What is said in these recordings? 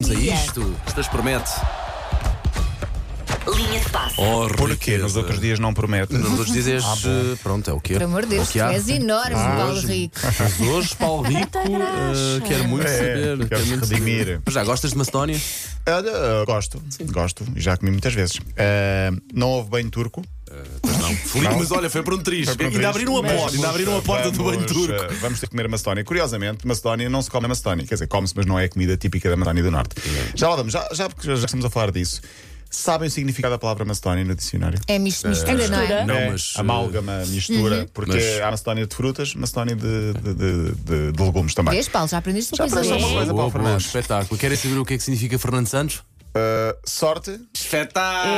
Vamos a isto, estas promete. Linha de passe. Oh, Porquê? Nos outros dias não promete. Nos outros dias Ah, és, eh, pronto, é o que Por amor de Deus, tu és enorme, Paulo Rico. Mas hoje, Paulo Rico, eh, quero muito É, saber. quero muito redimir. saber. Mas já gostas de Macedónia? Ah, ah, gosto, gosto, já comi muitas vezes. Ah, não houve banho turco. Felipe, mas olha, foi para um triz. Ainda abriram a porta, ainda abriram a porta do banho turco. ah, Vamos ter que comer a Macedónia. Curiosamente, Macedónia não se come na Macedónia. Quer dizer, come-se, mas não é a comida típica da Macedónia do Norte. Já lá vamos, já, já, porque já estamos a falar disso. Sabem o significado da palavra Macedónia no dicionário? É mis- mistura, não é? Não, É, mas, eh, Uhum. Amálgama, mistura, porque Mas- há Macedónia de frutas, Macedónia de, de- de- de- de legumes também. Vês, Paulo, já aprendeste uma Já coisa aprendeste hoje. uma coisa. Boa, Paulo boa, Fernandes. espetáculo. Querem saber o que é que significa Fernando Santos? Ah, sorte, Espetáculo!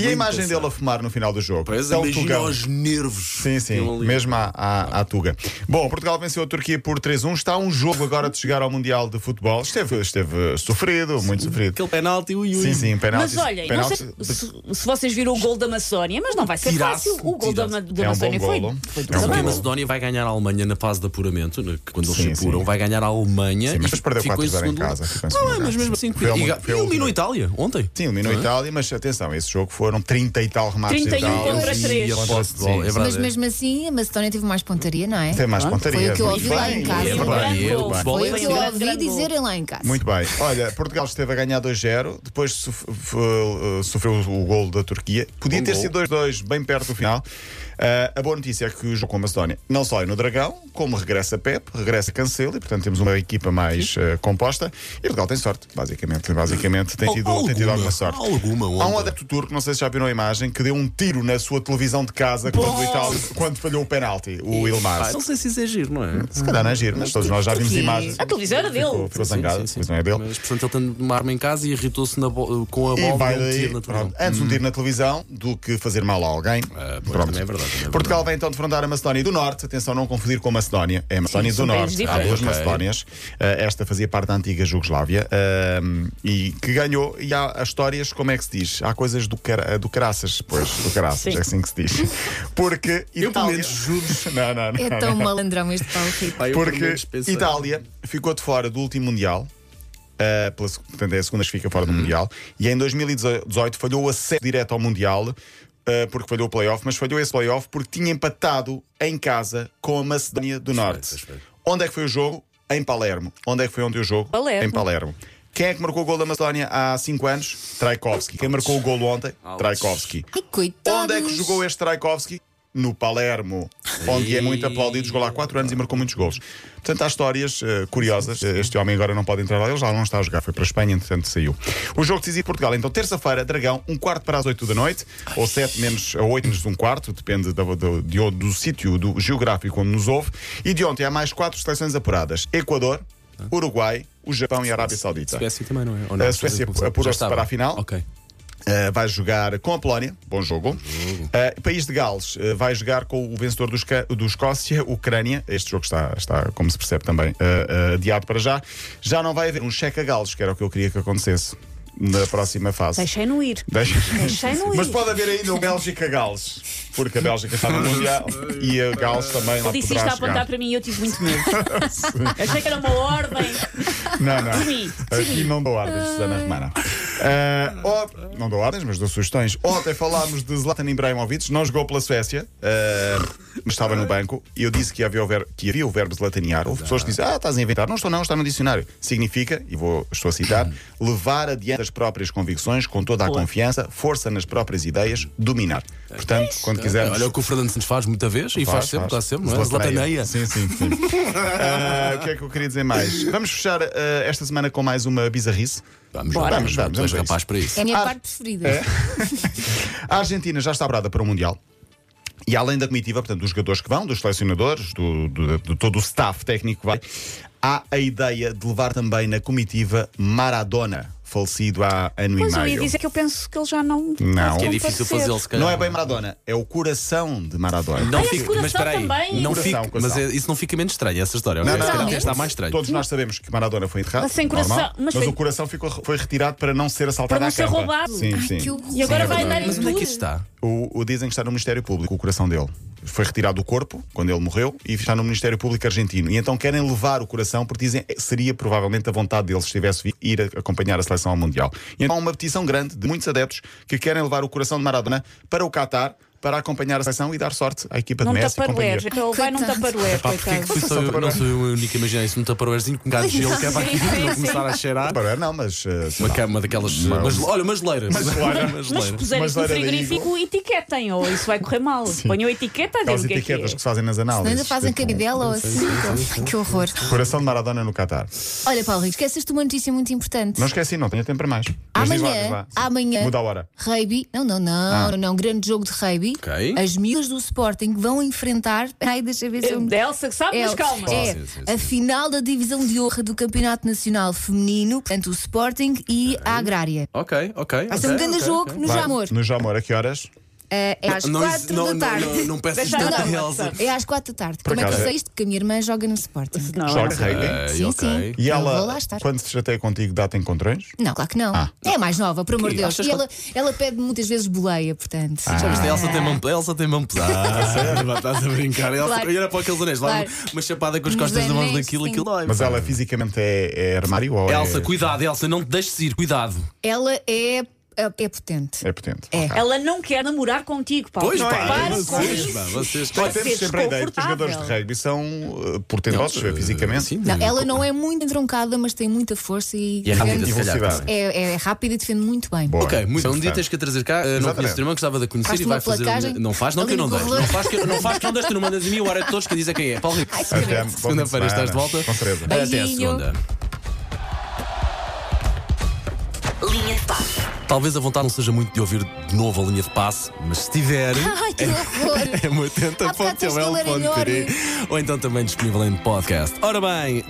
E a imagem dele a fumar no final do jogo? Pois, É o imagina Tugão. os nervos. Sim, sim, Ele- mesmo à, à, à Tuga. Bom, Portugal venceu a Turquia por 3-1. Está um jogo agora de chegar ao Mundial de Futebol. Esteve, esteve sofrido, muito sofrido. Aquele penalti, ui, ui. Sim, sim, penalti. Mas olhem, não sei se, se vocês viram o gol da Macedónia, mas não vai ser Tirasse, fácil. O gol da, Ma- da É um bom Macedónia foi, golo. É foi do um Porque bom a Salão. golo. Macedónia vai ganhar a Alemanha na fase de apuramento, né, que quando eles Sim, se apuram, sim. vai ganhar a Alemanha. Sim, mas e perdeu ficou 4-0 em segundo casa, ficou em lugar. Não, segundo é, mas lugar. mesmo assim, Foi e, uma- ga- foi e a eliminou a última. Itália ontem. é? Sim, eliminou a Itália, mas atenção, esse jogo foram 30 e tal remates. 31 e tal. contra Sim, três. E a contra- posse de bola, sim, é sim. verdade. Mas mesmo assim, a Macedónia teve mais pontaria, não é? Tem mais Pronto, pontaria. foi o que eu muito ouvi lá bem, em casa. um muito É verdade, bem, e muito o bem. futebol Foi o é que um eu grande ouvi gol. dizerem lá em casa. Muito bem. Olha, Portugal esteve a ganhar 2-0, depois sof- f- uh, sofreu o gol da Turquia. Podia Bom ter gol. sido 2-2 bem perto do final. Uh, a boa notícia é que o jogo com a Macedónia não só é no Dragão, como regressa Pep, regressa Cancelo e, portanto, temos uma equipa mais uh, composta. E Portugal tem sorte, basicamente. Basicamente, tem Al- tido, tem tido alguma, alguma sorte. alguma Há um onda. adepto turco, não sei se já viram a imagem, que deu um tiro na sua televisão de casa quando, o Itália- quando falhou o penalti, o Ilmar. Pá, Não sei se isso é giro, não é? Se calhar não é giro, mas todos nós já vimos Porquê? imagens. A televisão era Ficou, dele. ficou Sim, zangado, sim, a sim. televisão é dele. Mas, portanto, ele tem uma arma em casa e irritou-se na bo- com a bola E vai e um daí, tiro na televisão. pronto, antes um tiro na televisão do que fazer mal a alguém. pois, também é verdade, também é Portugal vai então defrontar a Macedónia do Norte. Atenção, não confundir com a Macedónia. É a Macedónia Sim, do são países Norte. Há diferentes. duas Ok. Macedónias. Eh, esta fazia parte da antiga Jugoslávia eh, e que ganhou. E há há histórias, como é que se diz? Há coisas do, cara, do caraças, pois, do caraças, Sim. é assim que se diz. Porque Itália. Eu, pelo menos, juro. Não, não, não. É tão malandrão este Paulo Rico. Pá, eu, pelo Porque menos, pensei- Itália ficou de fora do último Mundial. eh, pela, se- portanto, é a segunda que fica Uhum. fora do Mundial. E em 2018 falhou o acesso direto ao Mundial. eh, porque falhou o playoff, mas falhou esse playoff porque tinha empatado em casa com a Macedónia do Norte. respeito. Onde é que foi o jogo? Em Palermo. Onde é que foi onde o jogo? Palermo. Em Palermo. Quem é que marcou o gol da Macedónia há 5 anos? Traikovski. Quem marcou o gol ontem? Ouch. Traikovski. Ai, coitados. Onde é que jogou este Traikovski? No Palermo, onde é muito aplaudido, jogou lá 4 anos e marcou muitos golos. Portanto, há histórias eh, curiosas. Este homem agora não pode entrar lá, ele já não está a jogar, foi para a Espanha, entretanto saiu. O jogo decisivo de Portugal, então, terça-feira, Dragão, um quarto para as 8 da noite, ou 7 menos a 8 menos um quarto, depende da- do, de- do sítio do geográfico onde nos ouve. E de ontem há mais quatro seleções apuradas: Equador, Uruguai, o Japão e a Arábia Saudita. Suécia também, não é? Ou não? A Suécia Já apurou-se estava. para a final. Ok. Uh, vai jogar com a Polónia, bom jogo. Uh, País de Gales uh, vai jogar com o vencedor do, Esca- do Escócia, Ucrânia. Este jogo está, está, como se percebe também, uh, uh, adiado para já. Já não vai haver um cheque a Gales, que era o que eu quria que acontecesse na próxima fase. Deixei-no ir. Deixa- Deixei-no ir. Mas pode haver ainda um Bélgica-Gales, porque a Bélgica está no Mundial e a Gales também lá Ele disse poderá isto a apontar chegar. para mim e eu tive muito medo. Achei que era uma ordem. Não, não. Sim, Aqui não dou ordens, Susana Romana. Ah, ó- não dou ordens, mas dou sugestões. Ontem falámos de Zlatan Ibrahimovic, não jogou pela Suécia, ah, mas estava no banco. E eu disse que havia o verbo, que havia o verbo zlatanear. Houve pessoas que dizem, ah, estás a inventar. Não estou, não, está no dicionário. Significa, e vou, estou a citar, levar adiante as próprias convicções com toda a confiança, força nas próprias ideias, dominar. Portanto, quando tá. quisermos. Olha o que o Fernando Santos faz muita vez e faz, sempre, está sempre, não é? Zlataneia. Zlataneia. Sim, sim, sim. Ah, o que é que eu queria dizer mais? Vamos fechar ah, esta semana com mais uma bizarrice. Vamos, Bora. vamos, vamos. Vamos vamos a isso. capaz para isso. É a minha Ah, parte preferida. A Argentina já está brada para o Mundial. E além da comitiva, portanto, dos jogadores que vão, dos selecionadores, do, do- de todo o staff técnico que vai, há a ideia de levar também na comitiva Maradona, falecido há ano Pois e eu ia meio. dizer que eu penso que ele já não. Não. Que é Não difícil pode ser. fazê-lo, se calhar. Não é bem Maradona, é o coração de Maradona. Não Olha, esse mas coração espera aí, também. não Coração, fica, mas coração. é- isso não fica menos estranho, essa história. ok? Se calhar até está mais estranho. Todos nós sabemos que Maradona foi enterrado. Mas sem coração, normal, mas mas foi- o coração ficou, foi retirado para não ser assaltado Para não à ser campa. roubado. Sim, Ai, sim. que horror. E agora Sim, é vai verdade. dar em Mas onde é que tudo. isso está? o, o- dizem que está no Ministério Público, o coração dele. Foi retirado do corpo quando ele morreu e está no Ministério Público Argentino. E então querem levar o coração porque dizem eh, seria provavelmente a vontade dele se estivesse vivo, ir a- acompanhar a seleção ao Mundial. E então há uma petição grande de muitos adeptos que querem levar o coração de Maradona para o Catar para acompanhar a seleção e dar sorte à equipa Num de Messi e taparuer. companhia. Então ele vai num Coitado. taparuer, Pá, porque é que coitado. fui só eu, não sou eu a única a imaginar isso? Um taparoeirzinho com um bocado de gelo que é para aqui Sim, sim, para sim. começar a cheirar. Taparuer não, mas... eh, sei Uma lá. cama daquelas. Uma- mas- olha, umas leiras. Umas Mas se leiras. puserem Mas no era daí. frigorífico, etiquetem, ou isso vai correr mal. Ponham a etiqueta a dizer Aquelas o que é que é. etiquetas que se fazem nas análises. Ainda fazem tipo, caridela ou assim? Ai, Que horror. Coração de Maradona no Catar. Olha, Paulo Rico, esqueceste uma notícia muito importante. Não esqueci, não tenho tempo para mais. Mas diz lá, diz Amanhã, lá. amanhã, Muda a hora. rugby, não, não, não, não, não, grande jogo de rugby. Ok. As miúdas do Sporting vão enfrentar. Ai, deixa eu ver se eu me Elsa que sabe, mas calma. É, sim, sim, a final da divisão de honra do Campeonato Nacional Feminino, portanto, o Sporting e a Agrária. Ok, ok. Vai ser um ok, grande ok, jogo ok. no Vai. Jamor. No Jamor, a que horas? Eh, é às Não, 4 não, da tarde. Não, não, não peças Deixa tanta andar, Elsa. É às 4 da tarde. Como é que acaso eu é- sei isto? Porque a minha irmã joga no Sporting. Não, Joga não. rugby. Ok, Sim, ok. sim. E Eu ela, vou lá estar. quando se chateia contigo, dá-te encontrões? Não, claro que não. Ah. É mais nova, por amor de Deus. achas E ela, ela pede muitas vezes boleia, portanto. Já viste, a Elsa tem mão, a Elsa tem mão pesada. Vá, Estás a brincar. A Elsa Claro. olha para aqueles anéis. Lá Claro. uma chapada com as Nos costas da mão anéis, daquilo, sim. aquilo dói. Mas pá. ela fisicamente é, é armário ou Elsa, é, cuidado, Elsa, não te deixes ir, cuidado. Ela é, é, é potente. é potente? É. Ela não quer namorar contigo, Paulo. é? Pois pá, é. Para com vocês, isso. pá, vocês. Vai Olha, ser Temos Então, é sempre a ideia que os desconfortável. jogadores de rugby são uh, portentosos eh, fisicamente. sim, Não, ela não é muito entroncada, mas tem muita força e, E é rápida, grande- se calhar. velocidade. também. é, é rápida e defende muito bem. Boa. Ok, muito Isso é bem. Um dia importante. tens que a trazer cá. eh, não Exatamente. conheço o irmão, gostava de a conhecer Faz-te e vai uma fazer. um- placagem? Não faz, não que eu Ali não no deixo. Não corredor. faz, que eu não faz, que eu não deixo, tu não mandas a mim o hora de todos que diz a quem é. Paulo Rico. Ai, que Até credo. bom fim de Segunda-feira estás de semana. volta. Com certeza. Até a Beijinho. segunda. Linha de passe. Talvez a vontade não seja muito de ouvir de novo a linha de passe, mas se tiver. Ai, que horror! É Há bocado tens que ler em 80.ol.pt Ou então também disponível em podcast. Ora bem,